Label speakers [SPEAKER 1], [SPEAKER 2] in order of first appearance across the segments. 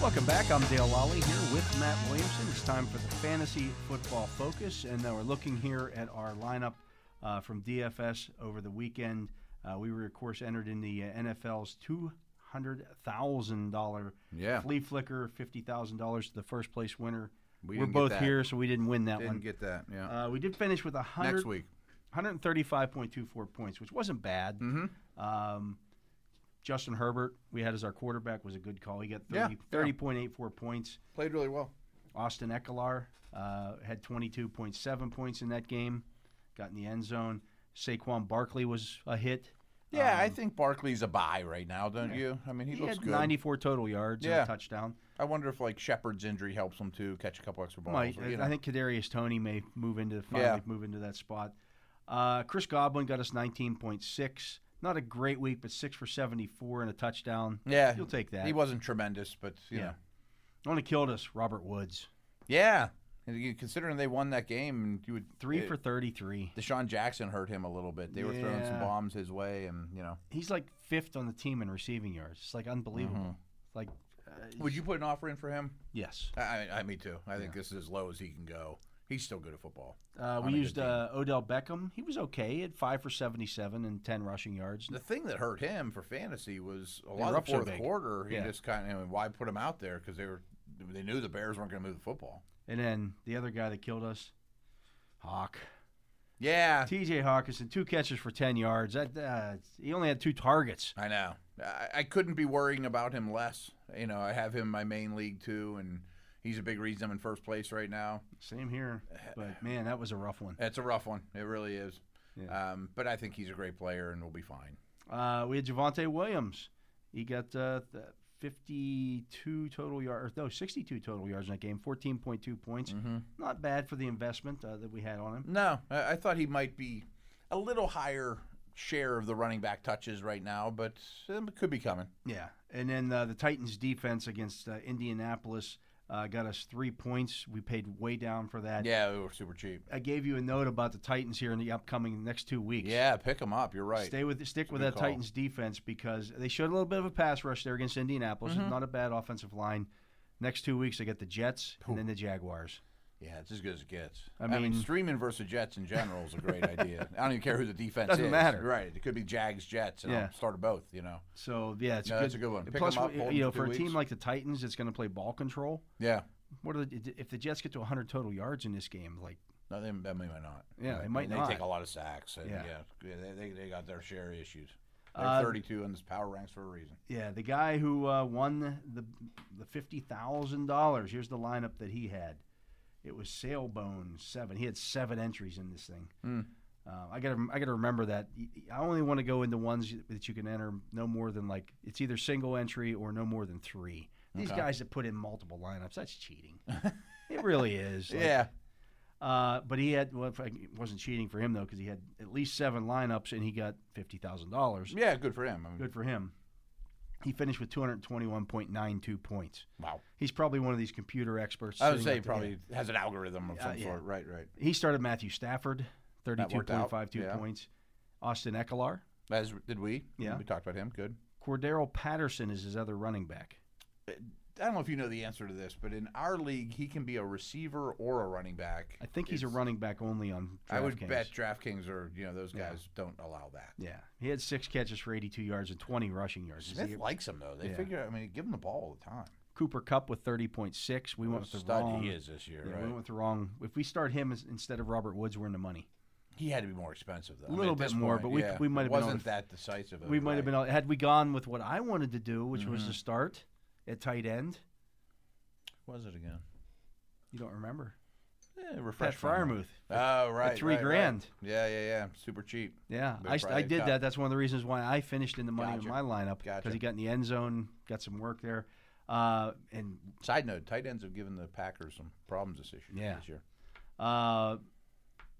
[SPEAKER 1] Welcome back. I'm Dale Lally here with Matt Williamson. It's time for the fantasy football focus, and now we're looking here at our lineup uh, from DFS over the weekend. Uh, we were, of course, entered in the uh, NFL's two hundred thousand dollar
[SPEAKER 2] Yeah.
[SPEAKER 1] flea flicker, fifty thousand dollars to the first place winner.
[SPEAKER 2] We
[SPEAKER 1] are
[SPEAKER 2] didn't get
[SPEAKER 1] both
[SPEAKER 2] that.
[SPEAKER 1] here, so we didn't win that
[SPEAKER 2] Didn't
[SPEAKER 1] one.
[SPEAKER 2] get that. Yeah.
[SPEAKER 1] uh, we did finish with a hundred
[SPEAKER 2] Next week.
[SPEAKER 1] 135.24 points, which wasn't bad.
[SPEAKER 2] Mm-hmm.
[SPEAKER 1] Um, Justin Herbert, we had as our quarterback, was a good call. He got 30,
[SPEAKER 2] Yeah, yeah.
[SPEAKER 1] 30.84 points.
[SPEAKER 2] Played really well.
[SPEAKER 1] Austin Eckler uh, had 22.7 points in that game, got in the end zone. Saquon Barkley was a hit.
[SPEAKER 2] Yeah, I think Barkley's a buy right now, don't you? I mean, he,
[SPEAKER 1] Um, He
[SPEAKER 2] looks
[SPEAKER 1] had
[SPEAKER 2] good.
[SPEAKER 1] 94 total yards and
[SPEAKER 2] Yeah.
[SPEAKER 1] a touchdown.
[SPEAKER 2] I wonder if like Shepard's injury helps him to catch a couple extra balls.
[SPEAKER 1] Might.
[SPEAKER 2] or, you know.
[SPEAKER 1] I think Kadarius Tony may move into finally
[SPEAKER 2] Yeah.
[SPEAKER 1] move into that spot. Uh, Chris Goblin got us 19.6. Not a great week, but six for 74 and a touchdown.
[SPEAKER 2] Yeah,
[SPEAKER 1] you'll take that.
[SPEAKER 2] He wasn't tremendous, but you
[SPEAKER 1] Yeah.
[SPEAKER 2] know,
[SPEAKER 1] Only killed us, Robert Woods.
[SPEAKER 2] yeah. And you- considering they won that game, and you would
[SPEAKER 1] Three
[SPEAKER 2] it-
[SPEAKER 1] for 33.
[SPEAKER 2] Deshaun Jackson hurt him a little bit. They were throwing some
[SPEAKER 1] Yeah.
[SPEAKER 2] bombs his way, and you know.
[SPEAKER 1] He's like fifth on the team in receiving yards. It's like
[SPEAKER 2] Mm-hmm.
[SPEAKER 1] unbelievable. Like, uh,
[SPEAKER 2] Would you put an offer in for him?
[SPEAKER 1] yes.
[SPEAKER 2] I, I, I me too. I think this is as low as he can go. He's still good at football.
[SPEAKER 1] Uh,
[SPEAKER 2] On a
[SPEAKER 1] we
[SPEAKER 2] good
[SPEAKER 1] used
[SPEAKER 2] team.
[SPEAKER 1] uh, Odell Beckham. He was okay. He had five for 77 and 10 rushing yards.
[SPEAKER 2] The thing that hurt him for fantasy was a
[SPEAKER 1] were
[SPEAKER 2] lot of
[SPEAKER 1] up
[SPEAKER 2] the
[SPEAKER 1] so
[SPEAKER 2] fourth
[SPEAKER 1] big.
[SPEAKER 2] quarter. He
[SPEAKER 1] Yeah.
[SPEAKER 2] just kind of why put him out there because they were they knew the Bears weren't going to move the football.
[SPEAKER 1] And then the other guy that killed us, Hawk.
[SPEAKER 2] Yeah,
[SPEAKER 1] TJ Hawkinson, two catches for 10 yards. That uh, He only had two targets.
[SPEAKER 2] I know. I, I couldn't be worrying about him less. You know, I have him in my main league too, and he's a big reason I'm in first place right now.
[SPEAKER 1] Same here. But, man, that was a rough one.
[SPEAKER 2] It's a rough one. It really is.
[SPEAKER 1] Yeah.
[SPEAKER 2] Um, but I think he's a great player and we'll be fine.
[SPEAKER 1] Uh, we had Javante Williams. He got uh, th- 52 total yards, no, 62 total yards in that game, 14.2 points.
[SPEAKER 2] Mm.
[SPEAKER 1] Not bad for the investment uh, that we had on him.
[SPEAKER 2] No, I, I thought he might be a little higher share of the running back touches right now, but um, it could be coming.
[SPEAKER 1] Yeah. And then uh, the Titans' defense against uh, Indianapolis uh, got us three points. We paid way down for that.
[SPEAKER 2] Yeah, we were super cheap.
[SPEAKER 1] I gave you a note about the Titans here in the upcoming next two weeks.
[SPEAKER 2] Yeah, pick him up. You're right.
[SPEAKER 1] Stay with stick with
[SPEAKER 2] good
[SPEAKER 1] that
[SPEAKER 2] call.
[SPEAKER 1] Titans defense because they showed a little bit of a pass rush there against Indianapolis.
[SPEAKER 2] Mm-hmm.
[SPEAKER 1] It's Not a bad offensive line. Next two weeks they get the Jets and then the Jaguars.
[SPEAKER 2] yeah, it's as good as it gets.
[SPEAKER 1] I
[SPEAKER 2] I mean,
[SPEAKER 1] mean-
[SPEAKER 2] streaming versus Jets in general is a great idea. I don't even care who the defense
[SPEAKER 1] Doesn't
[SPEAKER 2] is.
[SPEAKER 1] matter.
[SPEAKER 2] Right. It could be Jags, Jets, and
[SPEAKER 1] Yeah.
[SPEAKER 2] I'll start both, you know.
[SPEAKER 1] So yeah, it's
[SPEAKER 2] No,
[SPEAKER 1] good.
[SPEAKER 2] that's a good one. Pick
[SPEAKER 1] Plus,
[SPEAKER 2] 'em up,
[SPEAKER 1] we-
[SPEAKER 2] hold 'em
[SPEAKER 1] you know,
[SPEAKER 2] for
[SPEAKER 1] for a
[SPEAKER 2] two
[SPEAKER 1] team
[SPEAKER 2] weeks.
[SPEAKER 1] like the Titans, it's going to play ball control.
[SPEAKER 2] Yeah.
[SPEAKER 1] What are the, if the Jets get to 100 total yards in this game? Like,
[SPEAKER 2] No, they, they might not.
[SPEAKER 1] Yeah, they
[SPEAKER 2] I
[SPEAKER 1] might
[SPEAKER 2] mean, They take
[SPEAKER 1] not.
[SPEAKER 2] a lot of sacks. And
[SPEAKER 1] Yeah.
[SPEAKER 2] yeah, yeah, they, they, they got their share of issues. They're
[SPEAKER 1] Uh,
[SPEAKER 2] 32 in this power ranks for a reason.
[SPEAKER 1] yeah, the guy who uh, won the the fifty thousand dollars. Here's the lineup that he had. It was Sailbone seven. He had seven entries in this thing.
[SPEAKER 2] Hmm.
[SPEAKER 1] Uh, I gotta I gotta remember that. Y- y- I only want to go into ones that you can enter no more than like it's either single entry or no more than three. These guys that put in multiple lineups, that's cheating. it really is. Like,
[SPEAKER 2] yeah.
[SPEAKER 1] Uh, but he had well, if I- it wasn't cheating for him though because he had at least seven lineups and he got fifty thousand dollars.
[SPEAKER 2] Yeah, good for him. I mean,
[SPEAKER 1] Good for him. He finished with two hundred twenty-one point nine two points.
[SPEAKER 2] Wow.
[SPEAKER 1] He's probably one of these computer experts.
[SPEAKER 2] I would
[SPEAKER 1] sitting
[SPEAKER 2] say
[SPEAKER 1] at the
[SPEAKER 2] probably
[SPEAKER 1] end.
[SPEAKER 2] has an algorithm of
[SPEAKER 1] Uh,
[SPEAKER 2] some
[SPEAKER 1] yeah.
[SPEAKER 2] sort. Right, right.
[SPEAKER 1] He started Matthew Stafford, thirty-two
[SPEAKER 2] worked out,
[SPEAKER 1] point five two
[SPEAKER 2] yeah.
[SPEAKER 1] points. Austin Eckler,
[SPEAKER 2] As did we.
[SPEAKER 1] Yeah.
[SPEAKER 2] We talked about him. Good.
[SPEAKER 1] Cordero Patterson is his other running back.
[SPEAKER 2] I don't know if you know the answer to this, but in our league, he can be a receiver or a running back.
[SPEAKER 1] I think he's a
[SPEAKER 2] It's-
[SPEAKER 1] running back only on. DraftKings.
[SPEAKER 2] I would bet DraftKings or you know those guys don't allow that.
[SPEAKER 1] Yeah, he had six catches for eighty-two yards and twenty rushing yards. Is
[SPEAKER 2] Smith
[SPEAKER 1] he-
[SPEAKER 2] likes him though. They
[SPEAKER 1] Yeah.
[SPEAKER 2] figure. I mean, give him the ball all the time.
[SPEAKER 1] Cooper Cup with thirty point six. We went
[SPEAKER 2] What a
[SPEAKER 1] with the
[SPEAKER 2] stud
[SPEAKER 1] wrong.
[SPEAKER 2] he is this year.
[SPEAKER 1] Yeah,
[SPEAKER 2] right?
[SPEAKER 1] we went with the wrong. If we start him as, instead of Robert Woods, we're in the money.
[SPEAKER 2] He had to be more expensive though.
[SPEAKER 1] A little
[SPEAKER 2] at
[SPEAKER 1] bit
[SPEAKER 2] this
[SPEAKER 1] more,
[SPEAKER 2] point,
[SPEAKER 1] but we-
[SPEAKER 2] yeah,
[SPEAKER 1] we might
[SPEAKER 2] it
[SPEAKER 1] have been able
[SPEAKER 2] wasn't
[SPEAKER 1] to-
[SPEAKER 2] that decisive. of
[SPEAKER 1] we
[SPEAKER 2] it,
[SPEAKER 1] might have been
[SPEAKER 2] right? Mm-hmm.
[SPEAKER 1] all- had we gone with what I wanted to do, which was to start at tight end.
[SPEAKER 2] Was it again?
[SPEAKER 1] You don't remember?
[SPEAKER 2] Eh,
[SPEAKER 1] Pat
[SPEAKER 2] refresh my memory.
[SPEAKER 1] Fryermuth.
[SPEAKER 2] Oh, right.
[SPEAKER 1] three
[SPEAKER 2] right, right.
[SPEAKER 1] grand.
[SPEAKER 2] Yeah, yeah, yeah. Super cheap.
[SPEAKER 1] Yeah,
[SPEAKER 2] Big
[SPEAKER 1] I, st- I
[SPEAKER 2] Friday
[SPEAKER 1] did
[SPEAKER 2] Cup.
[SPEAKER 1] that. That's one of the reasons why I finished in the money
[SPEAKER 2] Gotcha.
[SPEAKER 1] in my lineup because
[SPEAKER 2] Gotcha.
[SPEAKER 1] he got in the end zone, got some work there, uh, and
[SPEAKER 2] Side note, tight ends have given the Packers some problems this issue
[SPEAKER 1] Yeah.
[SPEAKER 2] this year.
[SPEAKER 1] uh,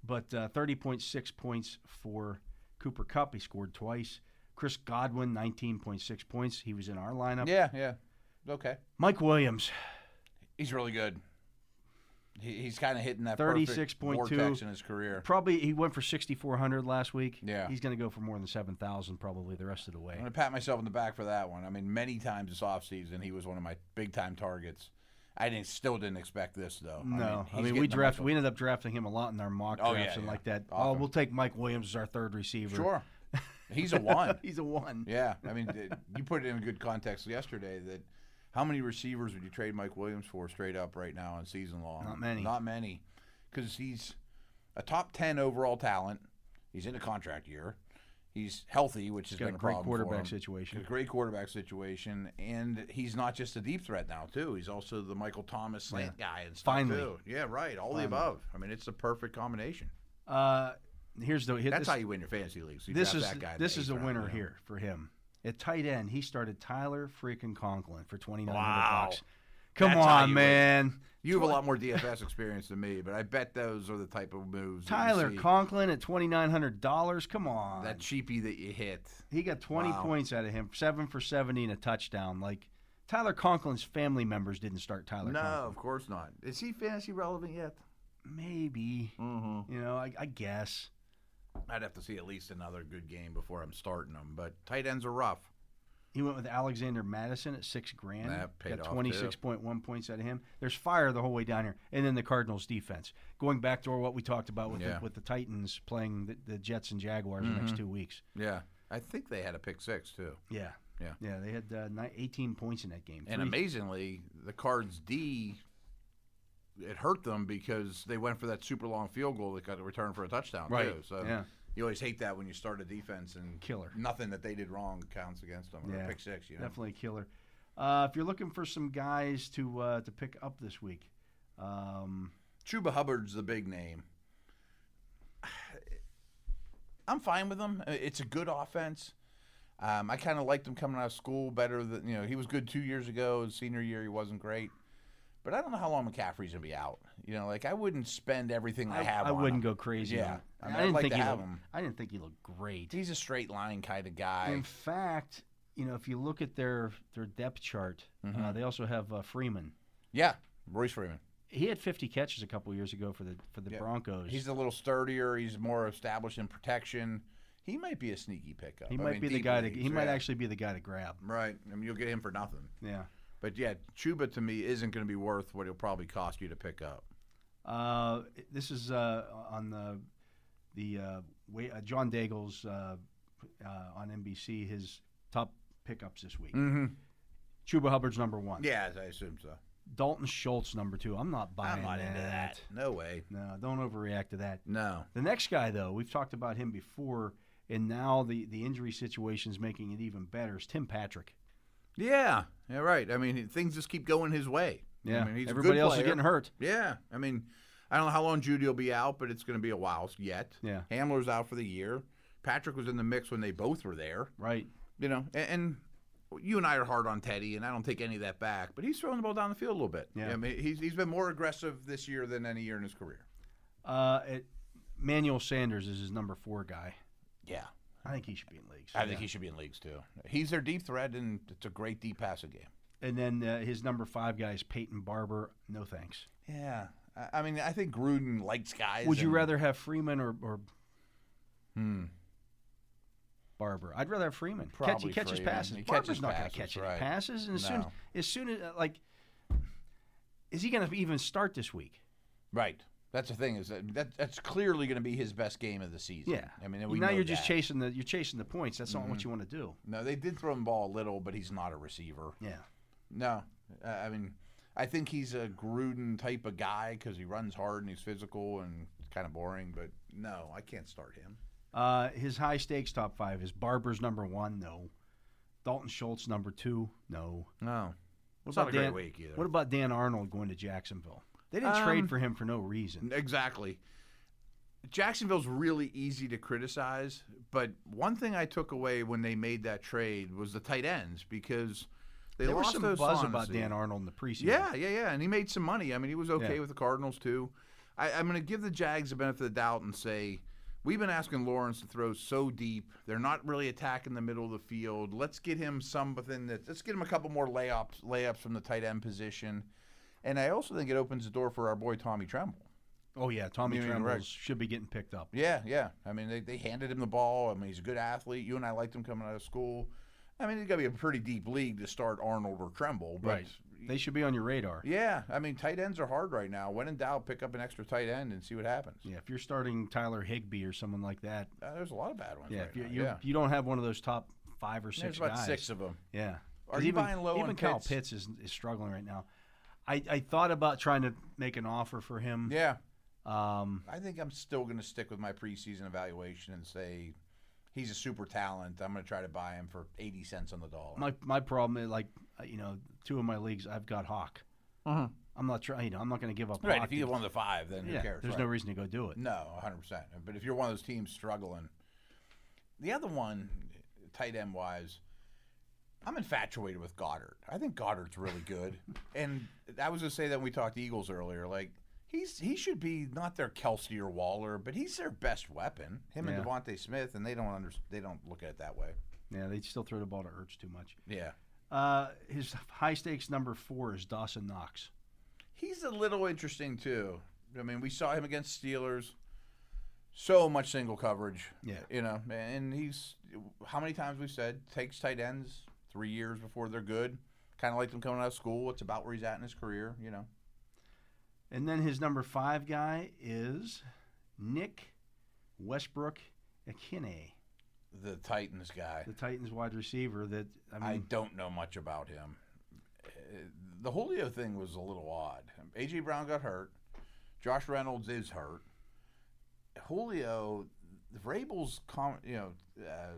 [SPEAKER 1] but uh, thirty point six points for Cooper Cup. He scored twice. Chris Godwin nineteen point six points. He was in our lineup.
[SPEAKER 2] Yeah, yeah. Okay.
[SPEAKER 1] Mike Williams
[SPEAKER 2] He's really good. He, he's kind of hitting that perfect
[SPEAKER 1] 36.2.
[SPEAKER 2] vortex in his career.
[SPEAKER 1] probably he went for sixty four hundred last week.
[SPEAKER 2] Yeah.
[SPEAKER 1] he's going to go for more than seven thousand probably the rest of the way.
[SPEAKER 2] I'm going to pat myself on the back for that one. I mean, many times this offseason, he was one of my big time targets. I didn't still didn't expect this though.
[SPEAKER 1] No, I
[SPEAKER 2] he's
[SPEAKER 1] mean,
[SPEAKER 2] getting
[SPEAKER 1] we
[SPEAKER 2] the
[SPEAKER 1] drafted.
[SPEAKER 2] most-
[SPEAKER 1] We ended up drafting him a lot in our mock
[SPEAKER 2] Oh,
[SPEAKER 1] drafts
[SPEAKER 2] yeah,
[SPEAKER 1] and
[SPEAKER 2] yeah.
[SPEAKER 1] like that. Oh,
[SPEAKER 2] Often.
[SPEAKER 1] we'll take Mike Williams as our third receiver.
[SPEAKER 2] Sure, he's a one.
[SPEAKER 1] he's a one.
[SPEAKER 2] Yeah, I mean, th- you put it in good context yesterday that how many receivers would you trade Mike Williams for straight up right now in season long?
[SPEAKER 1] Not many.
[SPEAKER 2] Not many, because he's a top ten overall talent. He's in a contract year. He's healthy, which has
[SPEAKER 1] got
[SPEAKER 2] been
[SPEAKER 1] a
[SPEAKER 2] a
[SPEAKER 1] great
[SPEAKER 2] problem for
[SPEAKER 1] quarterback
[SPEAKER 2] him.
[SPEAKER 1] situation.
[SPEAKER 2] A great quarterback situation, and he's not just a deep threat now too. He's also the Michael Thomas slant guy and stuff
[SPEAKER 1] Finally.
[SPEAKER 2] too. Yeah, right. All the above. I mean, it's the perfect combination.
[SPEAKER 1] Uh, here's the. Here,
[SPEAKER 2] That's
[SPEAKER 1] this,
[SPEAKER 2] how you win your fantasy leagues. You
[SPEAKER 1] this
[SPEAKER 2] draft
[SPEAKER 1] is
[SPEAKER 2] that guy in the
[SPEAKER 1] this is
[SPEAKER 2] eighth
[SPEAKER 1] a
[SPEAKER 2] round,
[SPEAKER 1] winner
[SPEAKER 2] you know.
[SPEAKER 1] here for him. At tight end, he started Tyler freaking Conklin for twenty nine hundred
[SPEAKER 2] Wow.
[SPEAKER 1] bucks. Come
[SPEAKER 2] That's how you
[SPEAKER 1] on,
[SPEAKER 2] win.
[SPEAKER 1] man.
[SPEAKER 2] You have a lot more DFS experience than me, but I bet those are the type of moves. that you
[SPEAKER 1] Tyler
[SPEAKER 2] see.
[SPEAKER 1] Conklin at twenty nine hundred dollars. Come on.
[SPEAKER 2] that cheapie that you hit.
[SPEAKER 1] he got twenty
[SPEAKER 2] Wow.
[SPEAKER 1] points out of him, seven for seventy and a touchdown. Like Tyler Conklin's family members didn't start Tyler.
[SPEAKER 2] No,
[SPEAKER 1] Conklin.
[SPEAKER 2] of course not. Is he fantasy relevant yet?
[SPEAKER 1] maybe.
[SPEAKER 2] Mm-hmm.
[SPEAKER 1] You know, I, I guess.
[SPEAKER 2] I'd have to see at least another good game before I'm starting him. But tight ends are rough.
[SPEAKER 1] He went with Alexander Madison at six grand.
[SPEAKER 2] That paid
[SPEAKER 1] got
[SPEAKER 2] off, too.
[SPEAKER 1] twenty six point one points out of him. There's fire the whole way down here, and then the Cardinals defense. Going back to what we talked about with
[SPEAKER 2] Yeah. Mm-hmm.
[SPEAKER 1] the, with the Titans playing the, the Jets and Jaguars the next two weeks.
[SPEAKER 2] Yeah, I think they had a pick six too.
[SPEAKER 1] Yeah,
[SPEAKER 2] Yeah.
[SPEAKER 1] yeah. They had uh, ni- eighteen points in that game.
[SPEAKER 2] And
[SPEAKER 1] Three-
[SPEAKER 2] amazingly, the Cards D. It hurt them because they went for that super long field goal that got a return for a touchdown
[SPEAKER 1] Right,
[SPEAKER 2] too. So
[SPEAKER 1] yeah.
[SPEAKER 2] you always hate that when you start a defense and
[SPEAKER 1] Killer.
[SPEAKER 2] Nothing that they did wrong counts against them. Or
[SPEAKER 1] Yeah.
[SPEAKER 2] a pick six, you know.
[SPEAKER 1] definitely a killer. Uh, if you're looking for some guys to uh, to pick up this week, um,
[SPEAKER 2] Chuba Hubbard's the big name. I'm fine with him. Uh, It's a good offense. Um, I kind of liked him coming out of school better than you know. He was good two years ago. His senior year, he wasn't great. But I don't know how long McCaffrey's gonna be out. You know, like I wouldn't spend everything I,
[SPEAKER 1] I,
[SPEAKER 2] have.
[SPEAKER 1] I
[SPEAKER 2] on
[SPEAKER 1] wouldn't
[SPEAKER 2] him.
[SPEAKER 1] go crazy. on
[SPEAKER 2] Yeah.
[SPEAKER 1] it.
[SPEAKER 2] I mean,
[SPEAKER 1] didn't
[SPEAKER 2] I'd like
[SPEAKER 1] think
[SPEAKER 2] to
[SPEAKER 1] he
[SPEAKER 2] have
[SPEAKER 1] looked,
[SPEAKER 2] him.
[SPEAKER 1] I didn't think he looked great.
[SPEAKER 2] He's a straight line kind of guy.
[SPEAKER 1] In fact, you know, if you look at their their depth chart,
[SPEAKER 2] Mm-hmm.
[SPEAKER 1] uh, they also have uh, Freeman.
[SPEAKER 2] yeah, Royce Freeman.
[SPEAKER 1] He had 50 catches a couple years ago for the for the Broncos.
[SPEAKER 2] He's a little sturdier. He's more established in protection. He might be a sneaky pickup.
[SPEAKER 1] he
[SPEAKER 2] I
[SPEAKER 1] might
[SPEAKER 2] mean,
[SPEAKER 1] be the
[SPEAKER 2] deep
[SPEAKER 1] guy to
[SPEAKER 2] leagues,
[SPEAKER 1] he might
[SPEAKER 2] yeah.
[SPEAKER 1] actually be the guy to grab.
[SPEAKER 2] right. I mean, you'll get him for nothing.
[SPEAKER 1] Yeah.
[SPEAKER 2] But yeah, Chuba to me isn't going to be worth what it'll probably cost you to pick up.
[SPEAKER 1] Uh, this is uh, on the the uh, way, uh, John Daigle's uh, uh, on NBC his top pickups this week.
[SPEAKER 2] Mm-hmm.
[SPEAKER 1] Chuba Hubbard's number one.
[SPEAKER 2] Yeah, I assume so.
[SPEAKER 1] Dalton Schultz number two. I'm not buying
[SPEAKER 2] I'm not
[SPEAKER 1] that.
[SPEAKER 2] into that. No way.
[SPEAKER 1] No, don't overreact to that.
[SPEAKER 2] No.
[SPEAKER 1] The next guy, though, we've talked about him before, and now the, the injury situation's making it even better. Is Tim Patrick?
[SPEAKER 2] Yeah. Yeah. Right. I mean, things just keep going his way.
[SPEAKER 1] Yeah,
[SPEAKER 2] I mean, he's a
[SPEAKER 1] everybody
[SPEAKER 2] good
[SPEAKER 1] else is
[SPEAKER 2] player.
[SPEAKER 1] getting hurt.
[SPEAKER 2] Yeah. I mean, I don't know how long Judy will be out, but it's going to be a while yet.
[SPEAKER 1] Yeah.
[SPEAKER 2] Hamler's out for the year. Patrick was in the mix when they both were there.
[SPEAKER 1] Right.
[SPEAKER 2] You know, and, and you and I are hard on Teddy, and I don't take any of that back. But he's throwing the ball down the field a little bit.
[SPEAKER 1] Yeah.
[SPEAKER 2] I mean, he's he's been more aggressive this year than any year in his career.
[SPEAKER 1] Uh, it, Manuel Sanders is his number four guy.
[SPEAKER 2] Yeah.
[SPEAKER 1] I think he should be in leagues.
[SPEAKER 2] I think he should be in leagues too. He's their deep threat, and it's a great deep passing game.
[SPEAKER 1] And then uh, his number five guy is Peyton Barber. No thanks.
[SPEAKER 2] Yeah, I, I mean, I think Gruden likes guys.
[SPEAKER 1] Would you
[SPEAKER 2] and-
[SPEAKER 1] rather have Freeman or, or
[SPEAKER 2] Hmm.
[SPEAKER 1] Barber? I'd rather have Freeman. Catch-
[SPEAKER 2] Probably
[SPEAKER 1] he catches
[SPEAKER 2] Freeman.
[SPEAKER 1] passes.
[SPEAKER 2] He
[SPEAKER 1] Barber's
[SPEAKER 2] catches
[SPEAKER 1] not going to
[SPEAKER 2] passes,
[SPEAKER 1] catch any
[SPEAKER 2] right.
[SPEAKER 1] passes. And as soon
[SPEAKER 2] No.
[SPEAKER 1] as soon as uh, like, is he going to even start this week?
[SPEAKER 2] Right. That's the thing is that, that that's clearly going to be his best game of the season.
[SPEAKER 1] Yeah.
[SPEAKER 2] I mean, we
[SPEAKER 1] now
[SPEAKER 2] know
[SPEAKER 1] you're just
[SPEAKER 2] that. Mm-hmm.
[SPEAKER 1] chasing the you're chasing the points. That's not what you want to do.
[SPEAKER 2] No, they did throw him ball a little, but he's not a receiver.
[SPEAKER 1] Yeah.
[SPEAKER 2] No, uh, I mean, I think he's a Gruden type of guy because he runs hard and he's physical and kind of boring. But no, I can't start him.
[SPEAKER 1] Uh, his high stakes top five is Barber's number one. No. Dalton Schultz number two. No.
[SPEAKER 2] No,
[SPEAKER 1] What
[SPEAKER 2] It's not a great
[SPEAKER 1] Dan-
[SPEAKER 2] week either.
[SPEAKER 1] What about Dan Arnold going to Jacksonville? They didn't trade
[SPEAKER 2] Um,
[SPEAKER 1] for him for no reason.
[SPEAKER 2] Exactly. Jacksonville's really easy to criticize, but one thing I took away when they made that trade was the tight ends because they
[SPEAKER 1] There was
[SPEAKER 2] lost
[SPEAKER 1] some
[SPEAKER 2] those
[SPEAKER 1] buzz
[SPEAKER 2] Fonzie.
[SPEAKER 1] about Dan Arnold in the preseason.
[SPEAKER 2] Yeah, yeah, yeah, and he made some money. I mean, he was okay
[SPEAKER 1] Yeah.
[SPEAKER 2] with the Cardinals too. I, I'm going to give the Jags the benefit of the doubt and say we've been asking Lawrence to throw so deep. They're not really attacking the middle of the field. Let's get him something that let's get him a couple more layups layups from the tight end position. And I also think it opens the door for our boy Tommy Tremble.
[SPEAKER 1] Oh yeah, Tommy
[SPEAKER 2] You mean,
[SPEAKER 1] Trembles
[SPEAKER 2] right.
[SPEAKER 1] should be getting picked up.
[SPEAKER 2] Yeah, yeah. I mean, they, they handed him the ball. I mean, he's a good athlete. You and I liked him coming out of school. I mean, it's got to be a pretty deep league to start Arnold or Tremble. But
[SPEAKER 1] Right. They should be on your radar.
[SPEAKER 2] Yeah, I mean, tight ends are hard right now. When in doubt, pick up an extra tight end and see what happens.
[SPEAKER 1] Yeah, if you're starting Tyler Higbee or someone like that,
[SPEAKER 2] Uh, there's a lot of bad ones.
[SPEAKER 1] yeah,
[SPEAKER 2] right
[SPEAKER 1] if you're,
[SPEAKER 2] now,
[SPEAKER 1] you're,
[SPEAKER 2] yeah.
[SPEAKER 1] you don't have one of those top five or six
[SPEAKER 2] there's about
[SPEAKER 1] guys.
[SPEAKER 2] six of them.
[SPEAKER 1] Yeah.
[SPEAKER 2] Are
[SPEAKER 1] 'Cause
[SPEAKER 2] you
[SPEAKER 1] even,
[SPEAKER 2] buying low
[SPEAKER 1] Even
[SPEAKER 2] on
[SPEAKER 1] Kyle
[SPEAKER 2] Pitts?
[SPEAKER 1] Pitts is, is struggling right now. I, I thought about trying to make an offer for him.
[SPEAKER 2] Yeah,
[SPEAKER 1] Um,
[SPEAKER 2] I think I'm still going to stick with my preseason evaluation and say he's a super talent. I'm going to try to buy him for 80 cents on the dollar.
[SPEAKER 1] my my problem is like uh, you know two of my leagues I've got Hawk. I'm not trying. You know I'm not going to give up.
[SPEAKER 2] Mm-hmm. right,
[SPEAKER 1] Hawk
[SPEAKER 2] if you get
[SPEAKER 1] to-
[SPEAKER 2] one of the five, then
[SPEAKER 1] yeah,
[SPEAKER 2] who cares?
[SPEAKER 1] there's
[SPEAKER 2] right? Mm.
[SPEAKER 1] no reason to go do it.
[SPEAKER 2] No, 100%. But if you're one of those teams struggling, the other one, tight end wise, I'm infatuated with Goddard. I think Goddard's really good. and I was going to say that when we talked Eagles earlier. Like, he's he should be not their Kelsey or Waller, but he's their best weapon. Him
[SPEAKER 1] Yeah.
[SPEAKER 2] and Devontae Smith, and they don't under, they don't look at it that way.
[SPEAKER 1] Yeah, they still throw the ball to Ertz too much.
[SPEAKER 2] Yeah.
[SPEAKER 1] Uh, his high stakes number four is Dawson Knox.
[SPEAKER 2] He's a little interesting, too. I mean, we saw him against Steelers. So much single coverage.
[SPEAKER 1] Yeah.
[SPEAKER 2] You know, and he's how many times we've said takes tight ends three years before they're good. Kind of like them coming out of school. It's about where he's at in his career. You know,
[SPEAKER 1] And then his number five guy is Nick Westbrook Akine,
[SPEAKER 2] the Titans guy.
[SPEAKER 1] the Titans wide receiver. That I mean,
[SPEAKER 2] I don't know much about him. Uh, The Julio thing was a little odd. AJ Brown got hurt. Josh Reynolds is hurt. Julio, Rabel's com- you know uh,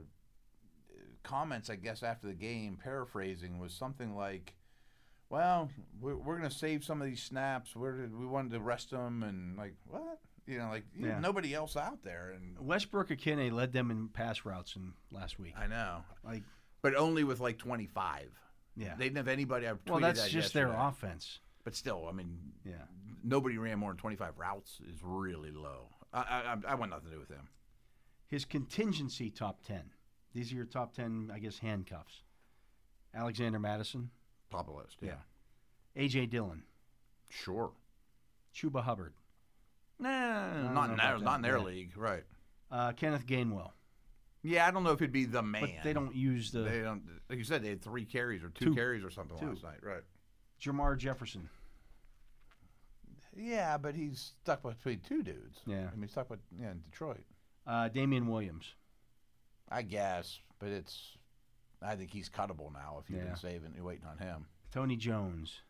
[SPEAKER 2] comments, I guess after the game, paraphrasing was something like, "Well, we're, we're going to save some of these snaps. We're, we wanted to rest them, and like what? You know, like you
[SPEAKER 1] Yeah.
[SPEAKER 2] nobody else out there." And
[SPEAKER 1] Westbrook Akine led them in pass routes in last week.
[SPEAKER 2] I know,
[SPEAKER 1] Like,
[SPEAKER 2] but only with like twenty five.
[SPEAKER 1] yeah.
[SPEAKER 2] They didn't have anybody. I
[SPEAKER 1] well,
[SPEAKER 2] tweeted
[SPEAKER 1] that's
[SPEAKER 2] that
[SPEAKER 1] just their
[SPEAKER 2] yesterday.
[SPEAKER 1] offense.
[SPEAKER 2] But still, I mean,
[SPEAKER 1] Yeah.
[SPEAKER 2] nobody ran more than 25 routes is really low. I, I, I- I want nothing to do with him.
[SPEAKER 1] His contingency top 10. These are your top 10, I guess, handcuffs Alexander Madison,
[SPEAKER 2] Top of the list. Yeah.
[SPEAKER 1] Yeah. A.J. Dillon,
[SPEAKER 2] Sure.
[SPEAKER 1] Chuba Hubbard,
[SPEAKER 2] Nah,
[SPEAKER 1] don't
[SPEAKER 2] not
[SPEAKER 1] know
[SPEAKER 2] in their,
[SPEAKER 1] about
[SPEAKER 2] not in
[SPEAKER 1] that,
[SPEAKER 2] their
[SPEAKER 1] yeah.
[SPEAKER 2] league. Right.
[SPEAKER 1] uh, Kenneth Gainwell.
[SPEAKER 2] Yeah, I don't know if he'd be the man.
[SPEAKER 1] But they don't use the
[SPEAKER 2] They don't. Like you said, they had three carries or two,
[SPEAKER 1] Two.
[SPEAKER 2] carries or something
[SPEAKER 1] Two.
[SPEAKER 2] last night. Right.
[SPEAKER 1] Jamar Jefferson.
[SPEAKER 2] Yeah, but he's stuck between two dudes.
[SPEAKER 1] Yeah.
[SPEAKER 2] I mean, he's stuck with yeah in Detroit.
[SPEAKER 1] Uh, Damian Williams.
[SPEAKER 2] I guess, but it's. I think he's cuttable now if you've
[SPEAKER 1] Yeah.
[SPEAKER 2] been saving, you're waiting on him.
[SPEAKER 1] Tony Jones.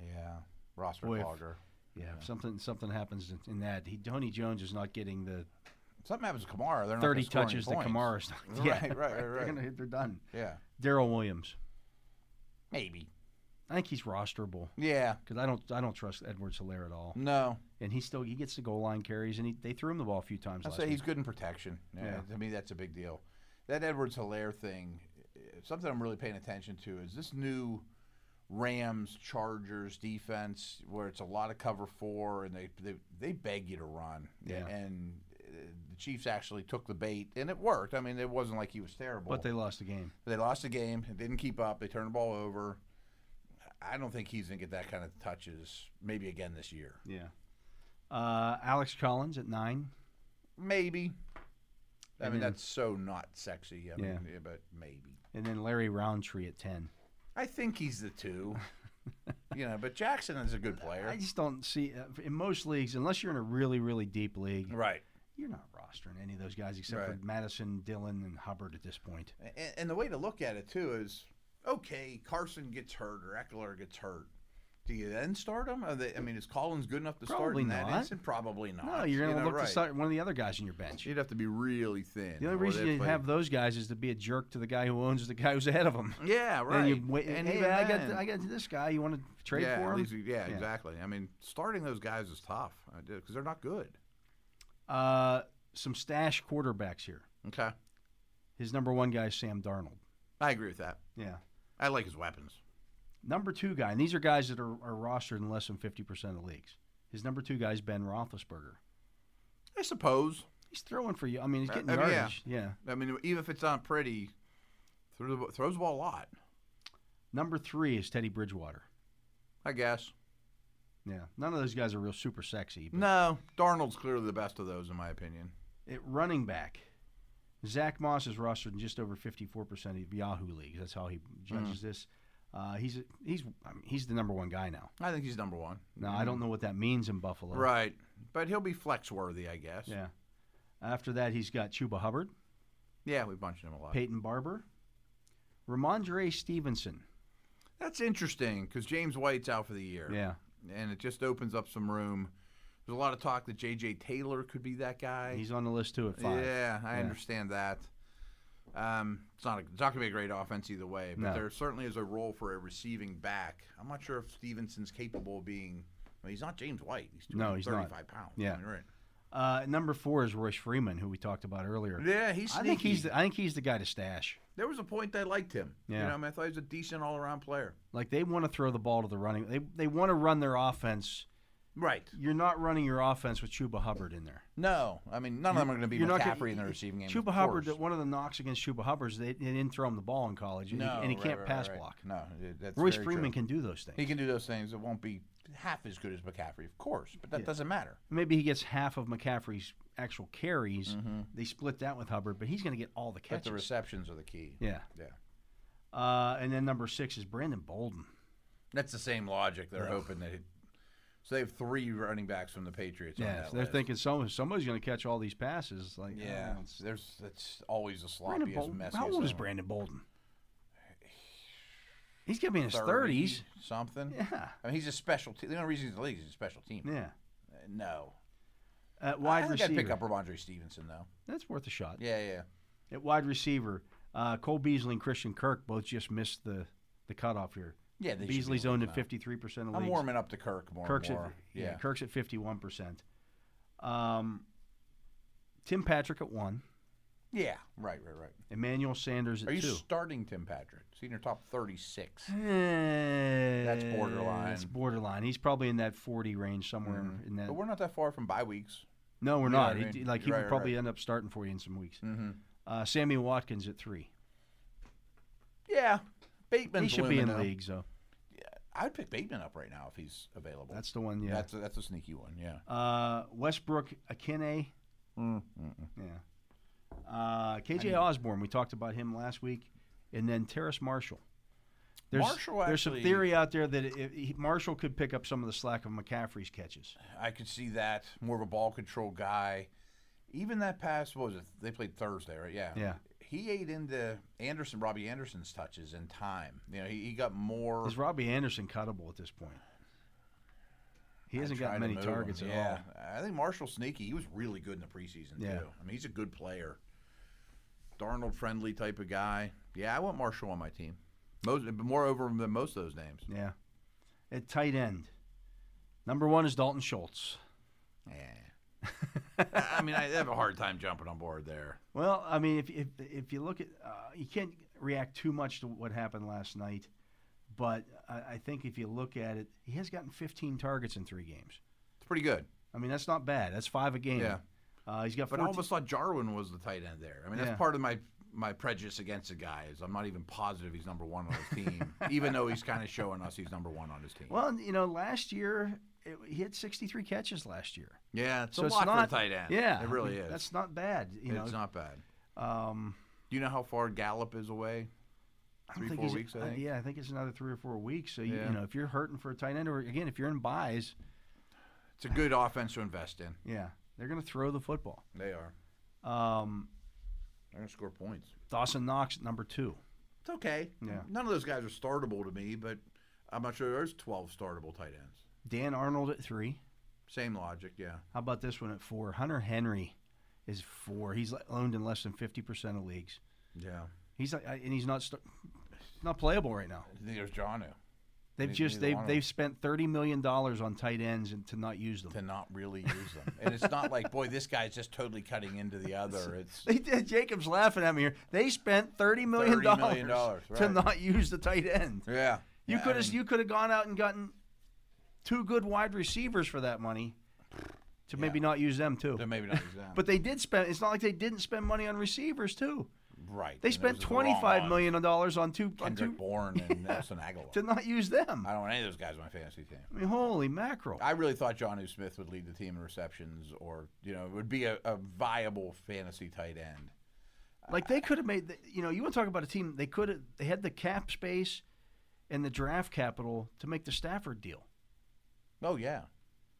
[SPEAKER 2] Yeah. Roster
[SPEAKER 1] Boy, if-
[SPEAKER 2] clogger.
[SPEAKER 1] Yeah, if something something happens in- in that, he, Tony Jones is not getting the
[SPEAKER 2] Something happens to Kamara. They're not gonna
[SPEAKER 1] thirty
[SPEAKER 2] score any
[SPEAKER 1] touches that
[SPEAKER 2] points.
[SPEAKER 1] Kamara's not.
[SPEAKER 2] Right, right, right,
[SPEAKER 1] They're
[SPEAKER 2] right.
[SPEAKER 1] gonna hit. They're done.
[SPEAKER 2] Yeah.
[SPEAKER 1] Daryl Williams.
[SPEAKER 2] Maybe.
[SPEAKER 1] I think he's rosterable
[SPEAKER 2] Yeah.
[SPEAKER 1] because I don't I don't trust Edwards Hilaire at all,
[SPEAKER 2] No.
[SPEAKER 1] and he still he gets the goal line carries, and he, they threw him the ball a few times
[SPEAKER 2] I
[SPEAKER 1] last
[SPEAKER 2] say
[SPEAKER 1] week.
[SPEAKER 2] he's good in protection. Yeah,
[SPEAKER 1] Yeah.
[SPEAKER 2] to me that's a big deal. That Edwards Hilaire thing, eh, something I'm really paying attention to is this new Rams Chargers defense where it's a lot of cover four and they they, they beg you to run.
[SPEAKER 1] Yeah.
[SPEAKER 2] And eh, the Chiefs actually took the bait and it worked. I mean, it wasn't like he was terrible.
[SPEAKER 1] But they lost the game.
[SPEAKER 2] They lost the game. They didn't keep up. They turned the ball over. I don't think he's gonna get that kind of touches maybe again this year.
[SPEAKER 1] Yeah. Uh, Alex Collins at nine.
[SPEAKER 2] Maybe. I
[SPEAKER 1] And
[SPEAKER 2] mean,
[SPEAKER 1] then-
[SPEAKER 2] that's so not sexy. I mean,
[SPEAKER 1] Mm-hmm. Yeah.
[SPEAKER 2] yeah, but maybe.
[SPEAKER 1] And then Larry Roundtree at ten.
[SPEAKER 2] I think he's the two. you know, but Jackson is a good
[SPEAKER 1] I
[SPEAKER 2] player.
[SPEAKER 1] just don't see uh, in most leagues, unless you're in a really really deep league,
[SPEAKER 2] Right.
[SPEAKER 1] you're not rostering any of those guys except
[SPEAKER 2] Right.
[SPEAKER 1] for Madison, Dillon, and Hubbard at this point.
[SPEAKER 2] And, and the way to look at it, too, is okay, Carson gets hurt or Eckler gets hurt. Do you then start him? Are they, I mean, is Collins good enough to start
[SPEAKER 1] Probably
[SPEAKER 2] in that
[SPEAKER 1] not.
[SPEAKER 2] instant? Probably not.
[SPEAKER 1] No, you're
[SPEAKER 2] You
[SPEAKER 1] going to
[SPEAKER 2] know,
[SPEAKER 1] look
[SPEAKER 2] right.
[SPEAKER 1] to start one of the other guys on your bench.
[SPEAKER 2] You'd have to be really thin.
[SPEAKER 1] The only
[SPEAKER 2] or
[SPEAKER 1] reason
[SPEAKER 2] they'd
[SPEAKER 1] you
[SPEAKER 2] play-
[SPEAKER 1] have those guys is to be a jerk to the guy who owns the guy who's ahead of him.
[SPEAKER 2] Yeah, right.
[SPEAKER 1] And you wait, hey,
[SPEAKER 2] even
[SPEAKER 1] man, I got
[SPEAKER 2] then-
[SPEAKER 1] I got this guy. You want to trade
[SPEAKER 2] yeah,
[SPEAKER 1] for
[SPEAKER 2] at
[SPEAKER 1] him?
[SPEAKER 2] least you- yeah,
[SPEAKER 1] Yeah.
[SPEAKER 2] exactly. I mean, starting those guys is tough because they're not good.
[SPEAKER 1] Uh, some stash quarterbacks here.
[SPEAKER 2] Okay,
[SPEAKER 1] His number one guy is Sam Darnold.
[SPEAKER 2] I agree with that.
[SPEAKER 1] Yeah.
[SPEAKER 2] I like his weapons.
[SPEAKER 1] Number two guy, and these are guys that are, are rostered in less than 50% of leagues. His number two guy is Ben Roethlisberger.
[SPEAKER 2] I suppose.
[SPEAKER 1] He's throwing for you. I mean, he's
[SPEAKER 2] Uh,
[SPEAKER 1] getting
[SPEAKER 2] I mean, yeah.
[SPEAKER 1] yardage. yeah.
[SPEAKER 2] I mean, even if it's not pretty, throws the, throws the ball a lot.
[SPEAKER 1] Number three is Teddy Bridgewater.
[SPEAKER 2] I guess.
[SPEAKER 1] Yeah. None of those guys are real super sexy. But
[SPEAKER 2] No, Darnold's clearly the best of those, in my opinion.
[SPEAKER 1] At running back, Zach Moss is rostered in just over 54% of Yahoo leagues. That's how he judges
[SPEAKER 2] Mm.
[SPEAKER 1] this. Uh, he's he's I mean, he's the number one guy now.
[SPEAKER 2] I think he's number one.
[SPEAKER 1] Now I don't know what that means in Buffalo.
[SPEAKER 2] Mm. Right, but he'll be flex worthy, I guess.
[SPEAKER 1] Yeah. After that, he's got Chuba Hubbard,
[SPEAKER 2] Yeah, we bunched him a lot.
[SPEAKER 1] Peyton Barber, Ramondre Stevenson.
[SPEAKER 2] That's interesting because James White's out for the year.
[SPEAKER 1] Yeah.
[SPEAKER 2] and it just opens up some room. There's a lot of talk that J.J. Taylor could be that guy.
[SPEAKER 1] He's on the list too at five.
[SPEAKER 2] Yeah, I
[SPEAKER 1] Yeah.
[SPEAKER 2] understand that. Um, it's not a, it's not gonna be a great offense either way, but
[SPEAKER 1] No.
[SPEAKER 2] there certainly is a role for a receiving back. I'm not sure if Stevenson's capable of being. Well, he's not James White. He's
[SPEAKER 1] No, he's not.
[SPEAKER 2] 35 pounds.
[SPEAKER 1] Yeah.
[SPEAKER 2] I mean, right.
[SPEAKER 1] Uh, number four is Royce Freeman, who we talked about earlier.
[SPEAKER 2] Yeah, he's.
[SPEAKER 1] I think he's
[SPEAKER 2] sneaky.
[SPEAKER 1] the, I think he's the guy to stash.
[SPEAKER 2] there was a point I liked him. You
[SPEAKER 1] Yeah.
[SPEAKER 2] know, I, mean, I thought he was a decent all around player.
[SPEAKER 1] Like they want to throw the ball to the running. They they want to run their offense.
[SPEAKER 2] Right.
[SPEAKER 1] You're not running your offense with Chuba Hubbard in there.
[SPEAKER 2] No, I mean none of them are going to be
[SPEAKER 1] You're not gonna-
[SPEAKER 2] McCaffrey in the receiving game.
[SPEAKER 1] Chuba
[SPEAKER 2] of
[SPEAKER 1] Hubbard.
[SPEAKER 2] course.
[SPEAKER 1] One of the knocks against Chuba Hubbard is they, they didn't throw him the ball in college, and,
[SPEAKER 2] No,
[SPEAKER 1] he, and he
[SPEAKER 2] right,
[SPEAKER 1] can't
[SPEAKER 2] right,
[SPEAKER 1] pass
[SPEAKER 2] right, right.
[SPEAKER 1] block.
[SPEAKER 2] No, it- that's
[SPEAKER 1] Royce
[SPEAKER 2] very
[SPEAKER 1] Freeman
[SPEAKER 2] true.
[SPEAKER 1] can do those things.
[SPEAKER 2] He can do those things. It won't be half as good as McCaffrey, of course, but that
[SPEAKER 1] Yeah.
[SPEAKER 2] doesn't matter.
[SPEAKER 1] Maybe he gets half of McCaffrey's actual carries. They split that with Hubbard, but he's going to get all the
[SPEAKER 2] Mm-hmm. But the
[SPEAKER 1] catches.
[SPEAKER 2] receptions are the key.
[SPEAKER 1] yeah.
[SPEAKER 2] Yeah.
[SPEAKER 1] Uh, and then number six is Brandon Bolden.
[SPEAKER 2] That's the same logic. They're hoping that. It, so they have three running backs from the Patriots. on
[SPEAKER 1] Yeah,
[SPEAKER 2] that
[SPEAKER 1] so they're
[SPEAKER 2] list.
[SPEAKER 1] thinking some, somebody's going to catch all these passes. Like, I
[SPEAKER 2] Yeah,
[SPEAKER 1] don't know, it's-
[SPEAKER 2] there's that's always the
[SPEAKER 1] Brandon
[SPEAKER 2] sloppiest,
[SPEAKER 1] Bolden.
[SPEAKER 2] messiest.
[SPEAKER 1] How old is
[SPEAKER 2] thing.
[SPEAKER 1] Brandon Bolden? He's going to be in his
[SPEAKER 2] 30,
[SPEAKER 1] thirties.
[SPEAKER 2] something.
[SPEAKER 1] Yeah,
[SPEAKER 2] I mean, he's a special. Te- the only reason he's in the league is he's a special team.
[SPEAKER 1] yeah.
[SPEAKER 2] Uh, no,
[SPEAKER 1] At wide
[SPEAKER 2] I think
[SPEAKER 1] receiver,
[SPEAKER 2] I'd pick up Ramondre Stevenson though.
[SPEAKER 1] that's worth a shot.
[SPEAKER 2] Yeah, yeah.
[SPEAKER 1] At wide receiver, uh, Cole Beasley and Christian Kirk both just missed the the cutoff here.
[SPEAKER 2] Yeah, they should be
[SPEAKER 1] Beasley's
[SPEAKER 2] looking
[SPEAKER 1] owned at
[SPEAKER 2] up.
[SPEAKER 1] fifty three percent of
[SPEAKER 2] I'm
[SPEAKER 1] leagues.
[SPEAKER 2] warming up to Kirk more.
[SPEAKER 1] Kirk's
[SPEAKER 2] and
[SPEAKER 1] at
[SPEAKER 2] more.
[SPEAKER 1] yeah,
[SPEAKER 2] yeah.
[SPEAKER 1] Kirk's at fifty one percent. Um, Tim Patrick at one,
[SPEAKER 2] Yeah. Right. Right. Right.
[SPEAKER 1] Emmanuel Sanders at
[SPEAKER 2] Are you
[SPEAKER 1] two.
[SPEAKER 2] starting Tim Patrick? He's in your top 36.
[SPEAKER 1] That's
[SPEAKER 2] borderline. Mm-hmm.
[SPEAKER 1] That's Eh, borderline. He's probably in that forty range somewhere in that.
[SPEAKER 2] But we're not that far from bye weeks.
[SPEAKER 1] No, we're
[SPEAKER 2] know what
[SPEAKER 1] not.
[SPEAKER 2] I
[SPEAKER 1] He-
[SPEAKER 2] mean?
[SPEAKER 1] he- like he
[SPEAKER 2] Right,
[SPEAKER 1] would
[SPEAKER 2] right,
[SPEAKER 1] probably end up starting for you in some weeks.
[SPEAKER 2] Mm-hmm.
[SPEAKER 1] Uh, Sammy Watkins at three.
[SPEAKER 2] Yeah. Bateman
[SPEAKER 1] he should be in
[SPEAKER 2] though.
[SPEAKER 1] league, so
[SPEAKER 2] I'd pick Bateman up right now if he's available.
[SPEAKER 1] that's the one. Yeah.
[SPEAKER 2] that's a, that's a sneaky one. Yeah.
[SPEAKER 1] Uh, Westbrook Akine. Mm. Yeah. Uh, KJ Osborne. We talked about him last week, and then Terrace Marshall. There's,
[SPEAKER 2] Marshall
[SPEAKER 1] there's some
[SPEAKER 2] actually-
[SPEAKER 1] theory out there that i he, Marshall could pick up some of the slack of McCaffrey's catches.
[SPEAKER 2] I could see that more of a ball control guy. Even that pass what was it? They played Thursday, right? Yeah.
[SPEAKER 1] Yeah.
[SPEAKER 2] He ate into Anderson, Robbie Anderson's touches in time. You know, he, he got more.
[SPEAKER 1] Is Robbie Anderson cuttable at this point? He hasn't
[SPEAKER 2] try
[SPEAKER 1] got
[SPEAKER 2] to
[SPEAKER 1] many
[SPEAKER 2] move him.
[SPEAKER 1] targets at
[SPEAKER 2] yeah.
[SPEAKER 1] all.
[SPEAKER 2] I think Marshall Sneaky, he was really good in the preseason
[SPEAKER 1] Yeah.
[SPEAKER 2] too. I mean, he's a good player. Darnold friendly type of guy. Yeah, I want Marshall on my team. Most more over him than most of those names.
[SPEAKER 1] Yeah. At tight end, number one is Dalton Schultz.
[SPEAKER 2] Yeah. I mean, I have a hard time jumping on board there.
[SPEAKER 1] Well, I mean, if if, if you look at, uh, you can't react too much to what happened last night, but I, I think if you look at it, he has gotten 15 targets in three games.
[SPEAKER 2] It's pretty good.
[SPEAKER 1] I mean, that's not bad. That's five a game.
[SPEAKER 2] Yeah.
[SPEAKER 1] Uh, he's got
[SPEAKER 2] But
[SPEAKER 1] 14,
[SPEAKER 2] I almost thought Jarwin was the tight end there. I mean, that's
[SPEAKER 1] Yeah.
[SPEAKER 2] part of my my prejudice against the guy is I'm not even positive he's number one on his team, even though he's kind of showing us he's number one on his team.
[SPEAKER 1] Well, you know, last year it, he had 63 catches last year.
[SPEAKER 2] yeah, it's
[SPEAKER 1] So
[SPEAKER 2] a
[SPEAKER 1] it's
[SPEAKER 2] lot
[SPEAKER 1] not
[SPEAKER 2] for a tight end.
[SPEAKER 1] Yeah, I
[SPEAKER 2] it really
[SPEAKER 1] mean,
[SPEAKER 2] is.
[SPEAKER 1] That's not bad. You
[SPEAKER 2] it's
[SPEAKER 1] know,
[SPEAKER 2] not bad.
[SPEAKER 1] um,
[SPEAKER 2] Do you know how far Gallup is away?
[SPEAKER 1] I
[SPEAKER 2] Three,
[SPEAKER 1] don't think
[SPEAKER 2] four
[SPEAKER 1] he's-
[SPEAKER 2] weeks, I
[SPEAKER 1] uh,
[SPEAKER 2] think.
[SPEAKER 1] yeah, I think it's another three or four weeks. So you,
[SPEAKER 2] Yeah.
[SPEAKER 1] you know, if you're hurting for a tight end, or again, if you're in buys,
[SPEAKER 2] It's a good offense to invest in.
[SPEAKER 1] yeah, they're going to throw the football.
[SPEAKER 2] They are.
[SPEAKER 1] Um,
[SPEAKER 2] They're gonna score points.
[SPEAKER 1] Dawson Knox at number two.
[SPEAKER 2] It's okay.
[SPEAKER 1] Yeah.
[SPEAKER 2] None of those guys are startable to me, but I'm not sure there's 12 startable tight ends.
[SPEAKER 1] Dan Arnold at three.
[SPEAKER 2] Same logic, yeah.
[SPEAKER 1] How about this one at four? Hunter Henry is four. He's le- loaned in less than fifty percent of leagues.
[SPEAKER 2] Yeah.
[SPEAKER 1] He's like, I- and he's not st- not playable right now.
[SPEAKER 2] There's Janu
[SPEAKER 1] They've
[SPEAKER 2] Neither-
[SPEAKER 1] just
[SPEAKER 2] neither
[SPEAKER 1] they've
[SPEAKER 2] one of them.
[SPEAKER 1] they've spent thirty million dollars on tight ends and to not use them.
[SPEAKER 2] to not really use them. and it's not like, boy, this guy's just totally cutting into the other. It's
[SPEAKER 1] They did. Jacob's laughing at me here. They spent thirty million
[SPEAKER 2] $30
[SPEAKER 1] dollars
[SPEAKER 2] million,
[SPEAKER 1] to
[SPEAKER 2] right.
[SPEAKER 1] not use the tight end.
[SPEAKER 2] yeah.
[SPEAKER 1] You
[SPEAKER 2] Yeah, I
[SPEAKER 1] could have
[SPEAKER 2] mean,
[SPEAKER 1] you could have gone out and gotten two good wide receivers for that money to maybe not use them too.
[SPEAKER 2] then maybe not use them.
[SPEAKER 1] But they did spend. It's not like they didn't spend money on receivers too.
[SPEAKER 2] right.
[SPEAKER 1] They
[SPEAKER 2] and
[SPEAKER 1] spent
[SPEAKER 2] those are the wrong
[SPEAKER 1] twenty five
[SPEAKER 2] ones.
[SPEAKER 1] million dollars on two on
[SPEAKER 2] Kendrick
[SPEAKER 1] two
[SPEAKER 2] Bourne and Nelson Aguilar.
[SPEAKER 1] to not use them.
[SPEAKER 2] I don't want any of those guys on my fantasy team.
[SPEAKER 1] I mean, holy mackerel!
[SPEAKER 2] I really thought Johnny Smith would lead the team in receptions, or you know, it would be a, a viable fantasy tight end.
[SPEAKER 1] Like they could have made. The, you know, you want to talk about a team? They could have. They had the cap space and the draft capital to make the Stafford deal,
[SPEAKER 2] Oh yeah,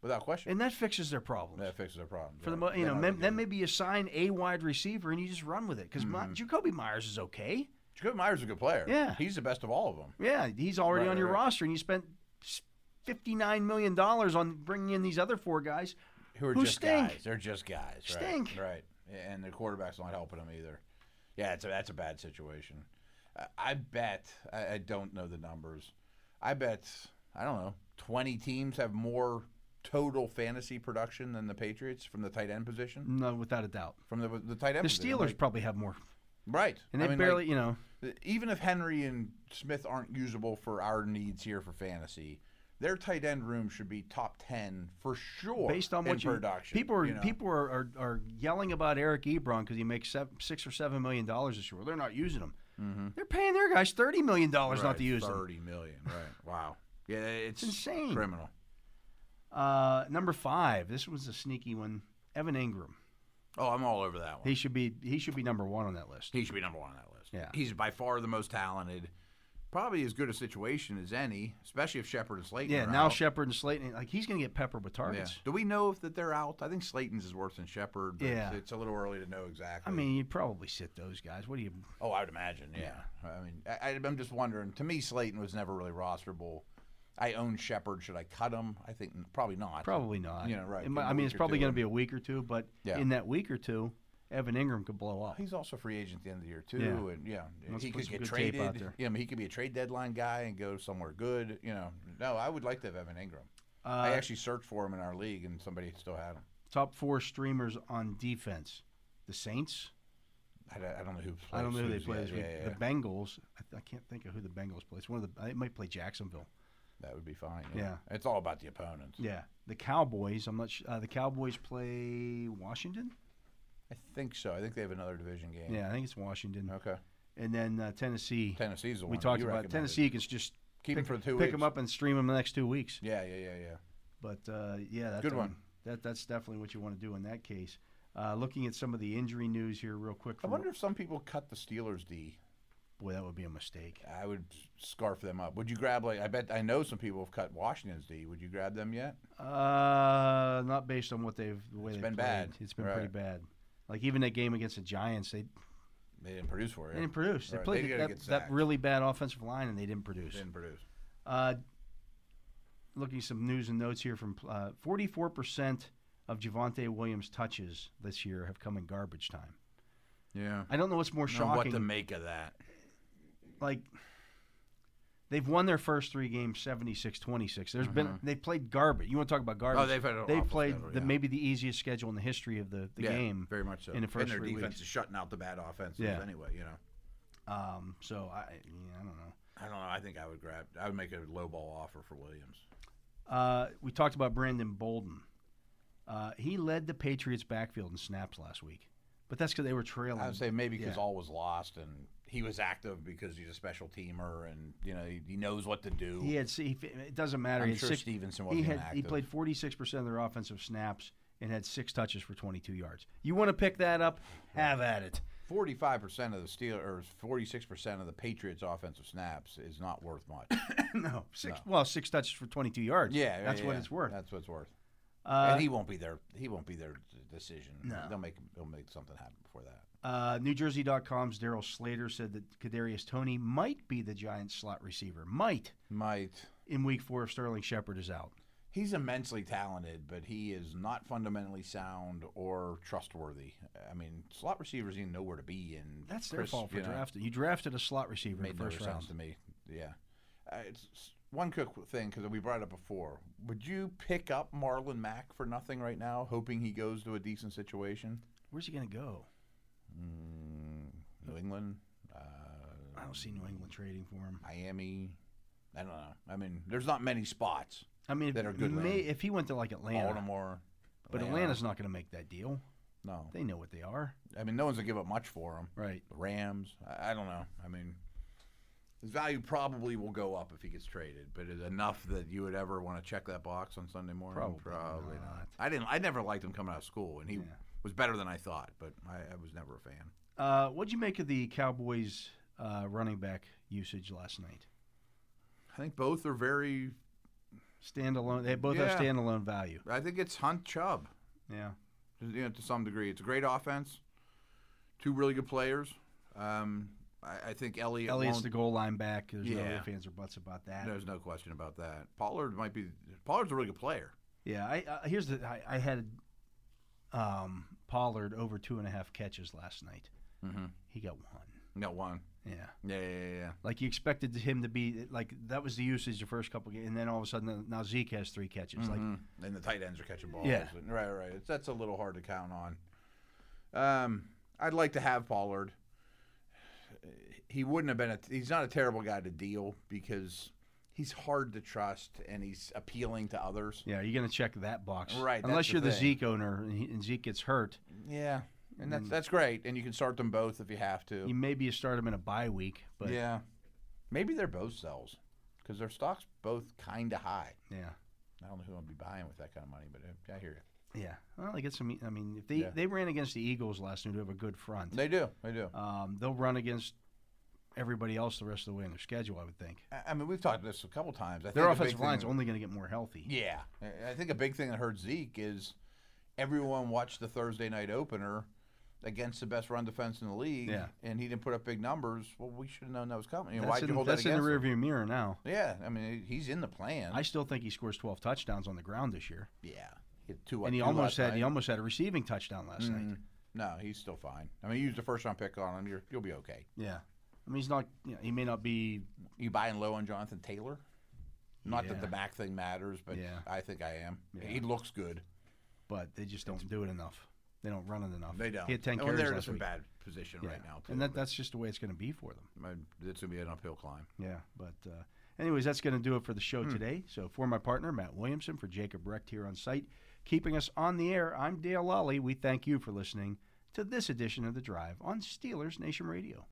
[SPEAKER 2] without question.
[SPEAKER 1] and that fixes their problems.
[SPEAKER 2] that fixes their problem.
[SPEAKER 1] for the mo- you know, then, then maybe you sign a wide receiver and you just run with it because
[SPEAKER 2] Mm-hmm.
[SPEAKER 1] Jacoby Myers is okay.
[SPEAKER 2] Jacoby Myers is a good player.
[SPEAKER 1] Yeah.
[SPEAKER 2] he's the best of all of them.
[SPEAKER 1] Yeah, he's already
[SPEAKER 2] Right,
[SPEAKER 1] on your
[SPEAKER 2] right, right.
[SPEAKER 1] roster, and you spent fifty nine million dollars on bringing in these other four guys.
[SPEAKER 2] Who are
[SPEAKER 1] Who
[SPEAKER 2] just
[SPEAKER 1] stink.
[SPEAKER 2] guys? They're just guys. Right?
[SPEAKER 1] Stink.
[SPEAKER 2] Right, and the quarterback's not helping them either. Yeah, it's a, that's a bad situation. I, I bet I, I don't know the numbers. I bet I don't know. Twenty teams have more total fantasy production than the Patriots from the tight end position.
[SPEAKER 1] No, without a doubt,
[SPEAKER 2] from the the tight end.
[SPEAKER 1] the
[SPEAKER 2] position,
[SPEAKER 1] Steelers
[SPEAKER 2] like-
[SPEAKER 1] probably have more,
[SPEAKER 2] right?
[SPEAKER 1] and they
[SPEAKER 2] I mean, like,
[SPEAKER 1] barely, you know,
[SPEAKER 2] even if Henry and Smith aren't usable for our needs here for fantasy, their tight end room should be top ten for sure.
[SPEAKER 1] based on what
[SPEAKER 2] in
[SPEAKER 1] you
[SPEAKER 2] production,
[SPEAKER 1] people are
[SPEAKER 2] you know?
[SPEAKER 1] people are, are, are yelling about Eric Ebron because he makes seven, six or seven million dollars this year. Well, they're not using him. They're paying their guys thirty million dollars
[SPEAKER 2] Mm-hmm. right,
[SPEAKER 1] not to use them.
[SPEAKER 2] thirty million. Right? Wow. Yeah, it's,
[SPEAKER 1] insane.
[SPEAKER 2] Criminal.
[SPEAKER 1] Uh, number five, this was a sneaky one. Evan Ingram,
[SPEAKER 2] Oh, I'm all over that one.
[SPEAKER 1] he should be he should be number one on that list.
[SPEAKER 2] He should be number one on that list.
[SPEAKER 1] Yeah.
[SPEAKER 2] He's by far the most talented. Probably as good a situation as any, especially if Shepard and Slayton.
[SPEAKER 1] Yeah,
[SPEAKER 2] are
[SPEAKER 1] now
[SPEAKER 2] out.
[SPEAKER 1] Shepard and Slayton, like he's going to get peppered with
[SPEAKER 2] Yeah.
[SPEAKER 1] targets.
[SPEAKER 2] Do we know if that they're out? I think Slayton's is worse than Shepard. But
[SPEAKER 1] Yeah.
[SPEAKER 2] it's, it's a little early to know exactly.
[SPEAKER 1] I mean, you probably sit those guys. What do you?
[SPEAKER 2] Oh, I would imagine. Yeah. I mean, I, I- I'm just wondering. To me, Slayton was never really rosterable. I own Shepard. Should I cut him? I think probably not.
[SPEAKER 1] Probably not.
[SPEAKER 2] Yeah, right,
[SPEAKER 1] It might-
[SPEAKER 2] give him
[SPEAKER 1] I
[SPEAKER 2] a
[SPEAKER 1] mean,
[SPEAKER 2] week
[SPEAKER 1] it's
[SPEAKER 2] or
[SPEAKER 1] probably
[SPEAKER 2] two
[SPEAKER 1] going to be a
[SPEAKER 2] and-
[SPEAKER 1] week or two, but
[SPEAKER 2] Yeah.
[SPEAKER 1] in that week or two, Evan Ingram could blow up.
[SPEAKER 2] He's also a free agent at the end of the year too,
[SPEAKER 1] Yeah.
[SPEAKER 2] and yeah,
[SPEAKER 1] Let's
[SPEAKER 2] he
[SPEAKER 1] put
[SPEAKER 2] could
[SPEAKER 1] some
[SPEAKER 2] get
[SPEAKER 1] good tape out
[SPEAKER 2] traded.
[SPEAKER 1] there.
[SPEAKER 2] Yeah, I mean, he could be a trade deadline guy and go somewhere good. You know, no, I would like to have Evan Ingram. I
[SPEAKER 1] Uh,
[SPEAKER 2] actually searched for him in our league, and somebody still had him.
[SPEAKER 1] top four streamers on defense: the Saints.
[SPEAKER 2] I, don't- I don't know who. Plays
[SPEAKER 1] I don't know who they
[SPEAKER 2] who's
[SPEAKER 1] play
[SPEAKER 2] yet.
[SPEAKER 1] this week.
[SPEAKER 2] Yeah, yeah,
[SPEAKER 1] The Bengals. I, th- I can't think of who the Bengals play. It's one of the. They might play Jacksonville.
[SPEAKER 2] that would be fine.
[SPEAKER 1] Yeah.
[SPEAKER 2] it's all about the opponents.
[SPEAKER 1] Yeah, the Cowboys. I'm not. Sh- uh, the Cowboys play Washington.
[SPEAKER 2] I think so. I think they have another division game.
[SPEAKER 1] Yeah, I think it's Washington.
[SPEAKER 2] Okay.
[SPEAKER 1] And then uh, Tennessee.
[SPEAKER 2] Tennessee's the one
[SPEAKER 1] we
[SPEAKER 2] that
[SPEAKER 1] talked
[SPEAKER 2] you
[SPEAKER 1] about
[SPEAKER 2] recommended.
[SPEAKER 1] Tennessee. Can just
[SPEAKER 2] Keep him
[SPEAKER 1] pick,
[SPEAKER 2] for two
[SPEAKER 1] pick
[SPEAKER 2] weeks.
[SPEAKER 1] them up and stream them the next two weeks.
[SPEAKER 2] Yeah, yeah, yeah, yeah.
[SPEAKER 1] But uh, yeah, that's
[SPEAKER 2] Good
[SPEAKER 1] I
[SPEAKER 2] one.
[SPEAKER 1] mean, That that's definitely what you want to do in that case. Uh, looking at some of the injury news here, real quick.
[SPEAKER 2] I
[SPEAKER 1] from-
[SPEAKER 2] wonder if some people cut the Steelers D.
[SPEAKER 1] Boy, that would be a mistake.
[SPEAKER 2] I would scarf them up. Would you grab like I bet I know some people have cut Washington's D. Would you grab them yet?
[SPEAKER 1] Uh, not based on what they've the way
[SPEAKER 2] It's
[SPEAKER 1] they've
[SPEAKER 2] been
[SPEAKER 1] played.
[SPEAKER 2] bad.
[SPEAKER 1] It's been
[SPEAKER 2] Right.
[SPEAKER 1] pretty bad. Like even that game against the Giants, they,
[SPEAKER 2] They didn't produce for you.
[SPEAKER 1] they didn't produce. They
[SPEAKER 2] Right.
[SPEAKER 1] played
[SPEAKER 2] They gotta
[SPEAKER 1] that,
[SPEAKER 2] get
[SPEAKER 1] that
[SPEAKER 2] sacked.
[SPEAKER 1] really bad offensive line, and they didn't produce.
[SPEAKER 2] Didn't produce.
[SPEAKER 1] Uh, looking at some news and notes here from uh, 44% of Javante Williams' touches this year have come in garbage time.
[SPEAKER 2] Yeah.
[SPEAKER 1] I don't know what's more
[SPEAKER 2] I don't know what
[SPEAKER 1] shocking.
[SPEAKER 2] to make of that.
[SPEAKER 1] like they've won their first three games 76-26. There's been they played garbage. You want to talk about garbage?
[SPEAKER 2] Mm-hmm. Oh, they've had an
[SPEAKER 1] They
[SPEAKER 2] awful
[SPEAKER 1] played
[SPEAKER 2] schedule,
[SPEAKER 1] the,
[SPEAKER 2] yeah.
[SPEAKER 1] maybe the easiest schedule in the history of the, the
[SPEAKER 2] yeah,
[SPEAKER 1] game.
[SPEAKER 2] Very much so.
[SPEAKER 1] in the first
[SPEAKER 2] and their
[SPEAKER 1] three
[SPEAKER 2] defense
[SPEAKER 1] weeks.
[SPEAKER 2] is shutting out the bad offenses
[SPEAKER 1] Yeah.
[SPEAKER 2] anyway, you know.
[SPEAKER 1] Um, so I yeah, I don't know.
[SPEAKER 2] I don't know. I think I would grab I would make a low ball offer for Williams.
[SPEAKER 1] Uh, we talked about Brandon Bolden. Uh, he led the Patriots backfield in snaps last week, but that's because they were trailing.
[SPEAKER 2] I would say maybe because
[SPEAKER 1] Yeah.
[SPEAKER 2] all was lost and he was active because he's a special teamer and you know he, he knows what to do.
[SPEAKER 1] He had. see, If it doesn't matter.
[SPEAKER 2] I'm
[SPEAKER 1] he had
[SPEAKER 2] sure
[SPEAKER 1] six,
[SPEAKER 2] Stevenson
[SPEAKER 1] He
[SPEAKER 2] wasn't
[SPEAKER 1] had.
[SPEAKER 2] even
[SPEAKER 1] He
[SPEAKER 2] active.
[SPEAKER 1] played 46 percent of their offensive snaps and had six touches for 22 yards. You want to pick that up? Have at it.
[SPEAKER 2] Forty-five percent of the Steelers, forty-six percent of the Patriots' offensive snaps is not worth much.
[SPEAKER 1] no, six. Well, six touches for 22 yards.
[SPEAKER 2] yeah,
[SPEAKER 1] that's what
[SPEAKER 2] yeah,
[SPEAKER 1] it's worth.
[SPEAKER 2] That's what it's worth.
[SPEAKER 1] Uh,
[SPEAKER 2] and he won't be there. He won't be their d- decision.
[SPEAKER 1] No.
[SPEAKER 2] they'll make they'll make something happen before that.
[SPEAKER 1] Uh, NewJersey.com's Daryl Slater said that Kadarius Tony might be the Giants' slot receiver. Might.
[SPEAKER 2] Might
[SPEAKER 1] in week four if Sterling Shepard is out.
[SPEAKER 2] He's immensely talented, but he is not fundamentally sound or trustworthy. I mean, slot receivers even know where to be, and
[SPEAKER 1] That's their
[SPEAKER 2] Chris,
[SPEAKER 1] fault for
[SPEAKER 2] you know,
[SPEAKER 1] drafting. You drafted a slot receiver in
[SPEAKER 2] Made
[SPEAKER 1] the
[SPEAKER 2] no
[SPEAKER 1] first round.
[SPEAKER 2] sense to me. Yeah, uh, it's it's one quick thing because we brought it up before. Would you pick up Marlon Mack for nothing right now, hoping he goes to a decent situation?
[SPEAKER 1] Where's he going to go?
[SPEAKER 2] Mm, New England, uh,
[SPEAKER 1] I don't see New England trading for him.
[SPEAKER 2] Miami. I don't know. I mean, there's not many spots.
[SPEAKER 1] I mean,
[SPEAKER 2] That are good
[SPEAKER 1] may,
[SPEAKER 2] landing.
[SPEAKER 1] if he went to like Atlanta,
[SPEAKER 2] Baltimore,
[SPEAKER 1] but Atlanta's not going to make that deal.
[SPEAKER 2] no.
[SPEAKER 1] They know what they are,
[SPEAKER 2] I mean, no one's gonna give up much for him.
[SPEAKER 1] right?
[SPEAKER 2] The Rams. I, I don't know. I mean, his value probably will go up if he gets traded, but is enough that you would ever want to check that box on Sunday morning?
[SPEAKER 1] Probably
[SPEAKER 2] not.
[SPEAKER 1] not.
[SPEAKER 2] I didn't. I never liked him coming out of school, and he
[SPEAKER 1] Yeah.
[SPEAKER 2] was better than I thought, but I, I was never a fan.
[SPEAKER 1] Uh, what'd you make of the Cowboys' uh, running back usage last night?
[SPEAKER 2] I think both are very.
[SPEAKER 1] Standalone. They both have
[SPEAKER 2] Yeah.
[SPEAKER 1] standalone value.
[SPEAKER 2] I think it's Hunt Chubb.
[SPEAKER 1] Yeah.
[SPEAKER 2] you know, to some degree. It's a great offense. Two really good players. Um, I, I think Elliott.
[SPEAKER 1] Elliott's
[SPEAKER 2] won't-
[SPEAKER 1] the goal line back. There's no
[SPEAKER 2] Yeah.
[SPEAKER 1] ifs, ands, or buts about that.
[SPEAKER 2] There's no question about that. Pollard might be. Pollard's a really good player.
[SPEAKER 1] Yeah. I uh, here's the. I, I had um, Pollard over two and a half catches last night.
[SPEAKER 2] Mhm.
[SPEAKER 1] He got one.
[SPEAKER 2] No one.
[SPEAKER 1] Yeah.
[SPEAKER 2] Yeah, yeah, yeah, yeah.
[SPEAKER 1] Like you expected him to be like that was the usage the first couple games, and then all of a sudden now Zeke has three catches. Like
[SPEAKER 2] Mhm. and the tight ends are catching balls.
[SPEAKER 1] Yeah.
[SPEAKER 2] Right, right. It's, that's a little hard to count on. Um, I'd like to have Pollard. He wouldn't have been a. He's not a terrible guy to deal because he's hard to trust and he's appealing to others.
[SPEAKER 1] Yeah, you're going to check that box,
[SPEAKER 2] Right, that's
[SPEAKER 1] Unless
[SPEAKER 2] the
[SPEAKER 1] you're the
[SPEAKER 2] thing.
[SPEAKER 1] Zeke owner and, he, and Zeke gets hurt,
[SPEAKER 2] Yeah, and that's
[SPEAKER 1] Mm.
[SPEAKER 2] that's great. And you can start them both if you have to.
[SPEAKER 1] you maybe you start him in a bye week, but yeah,
[SPEAKER 2] yeah, maybe they're both sells because their stocks both kind of high.
[SPEAKER 1] yeah,
[SPEAKER 2] I don't know who I'd be buying with that kind of money, but I, I hear you.
[SPEAKER 1] Well, they get some. I mean, if they
[SPEAKER 2] Yeah.
[SPEAKER 1] they ran against the Eagles last night, who have a good front,
[SPEAKER 2] They do, they do.
[SPEAKER 1] um, they'll run against everybody else the rest of the way in their schedule. I would think
[SPEAKER 2] I- I mean, we've talked this a couple times. I
[SPEAKER 1] their
[SPEAKER 2] think a big
[SPEAKER 1] offensive line's
[SPEAKER 2] thing-
[SPEAKER 1] only going to get more healthy.
[SPEAKER 2] Yeah, I- I think a big thing that hurt Zeke is everyone watched the Thursday night opener against the best run defense in the league,
[SPEAKER 1] Yeah.
[SPEAKER 2] and he didn't put up big numbers. Well, we should have known that was coming. You know,
[SPEAKER 1] That's
[SPEAKER 2] why'd
[SPEAKER 1] in,
[SPEAKER 2] you hold
[SPEAKER 1] that's
[SPEAKER 2] that
[SPEAKER 1] in the
[SPEAKER 2] against him?
[SPEAKER 1] rearview mirror now.
[SPEAKER 2] Yeah, I mean, he's in the plan.
[SPEAKER 1] I still think he scores 12 touchdowns on the ground this year,
[SPEAKER 2] yeah, he had two.
[SPEAKER 1] and he
[SPEAKER 2] two
[SPEAKER 1] almost
[SPEAKER 2] last
[SPEAKER 1] had he
[SPEAKER 2] night.
[SPEAKER 1] almost had a receiving touchdown last night.
[SPEAKER 2] Mhm. No, he's still fine. I mean, you used the first round pick on him. You're, you'll be okay.
[SPEAKER 1] Yeah, I mean he's not. You know, he may not be
[SPEAKER 2] You buying low on Jonathan Taylor? Not
[SPEAKER 1] Yeah.
[SPEAKER 2] that the back thing matters, but
[SPEAKER 1] Yeah.
[SPEAKER 2] I think I am.
[SPEAKER 1] Yeah.
[SPEAKER 2] He looks good.
[SPEAKER 1] but they just don't do it enough. They don't run it enough.
[SPEAKER 2] They don't.
[SPEAKER 1] He had ten
[SPEAKER 2] And
[SPEAKER 1] carries
[SPEAKER 2] they're
[SPEAKER 1] last
[SPEAKER 2] just in a
[SPEAKER 1] week.
[SPEAKER 2] bad position right
[SPEAKER 1] Yeah.
[SPEAKER 2] now.
[SPEAKER 1] and that,
[SPEAKER 2] that's
[SPEAKER 1] that's just the way it's going to be for them.
[SPEAKER 2] it's gonna be an uphill climb.
[SPEAKER 1] Yeah, but uh, anyways, that's going to do it for the show
[SPEAKER 2] Hmm.
[SPEAKER 1] today. So for my partner Matt Williamson, for Jacob Recht here on site, keeping us on the air. I'm Dale Lally. We thank you for listening to this edition of the Drive on Steelers Nation Radio.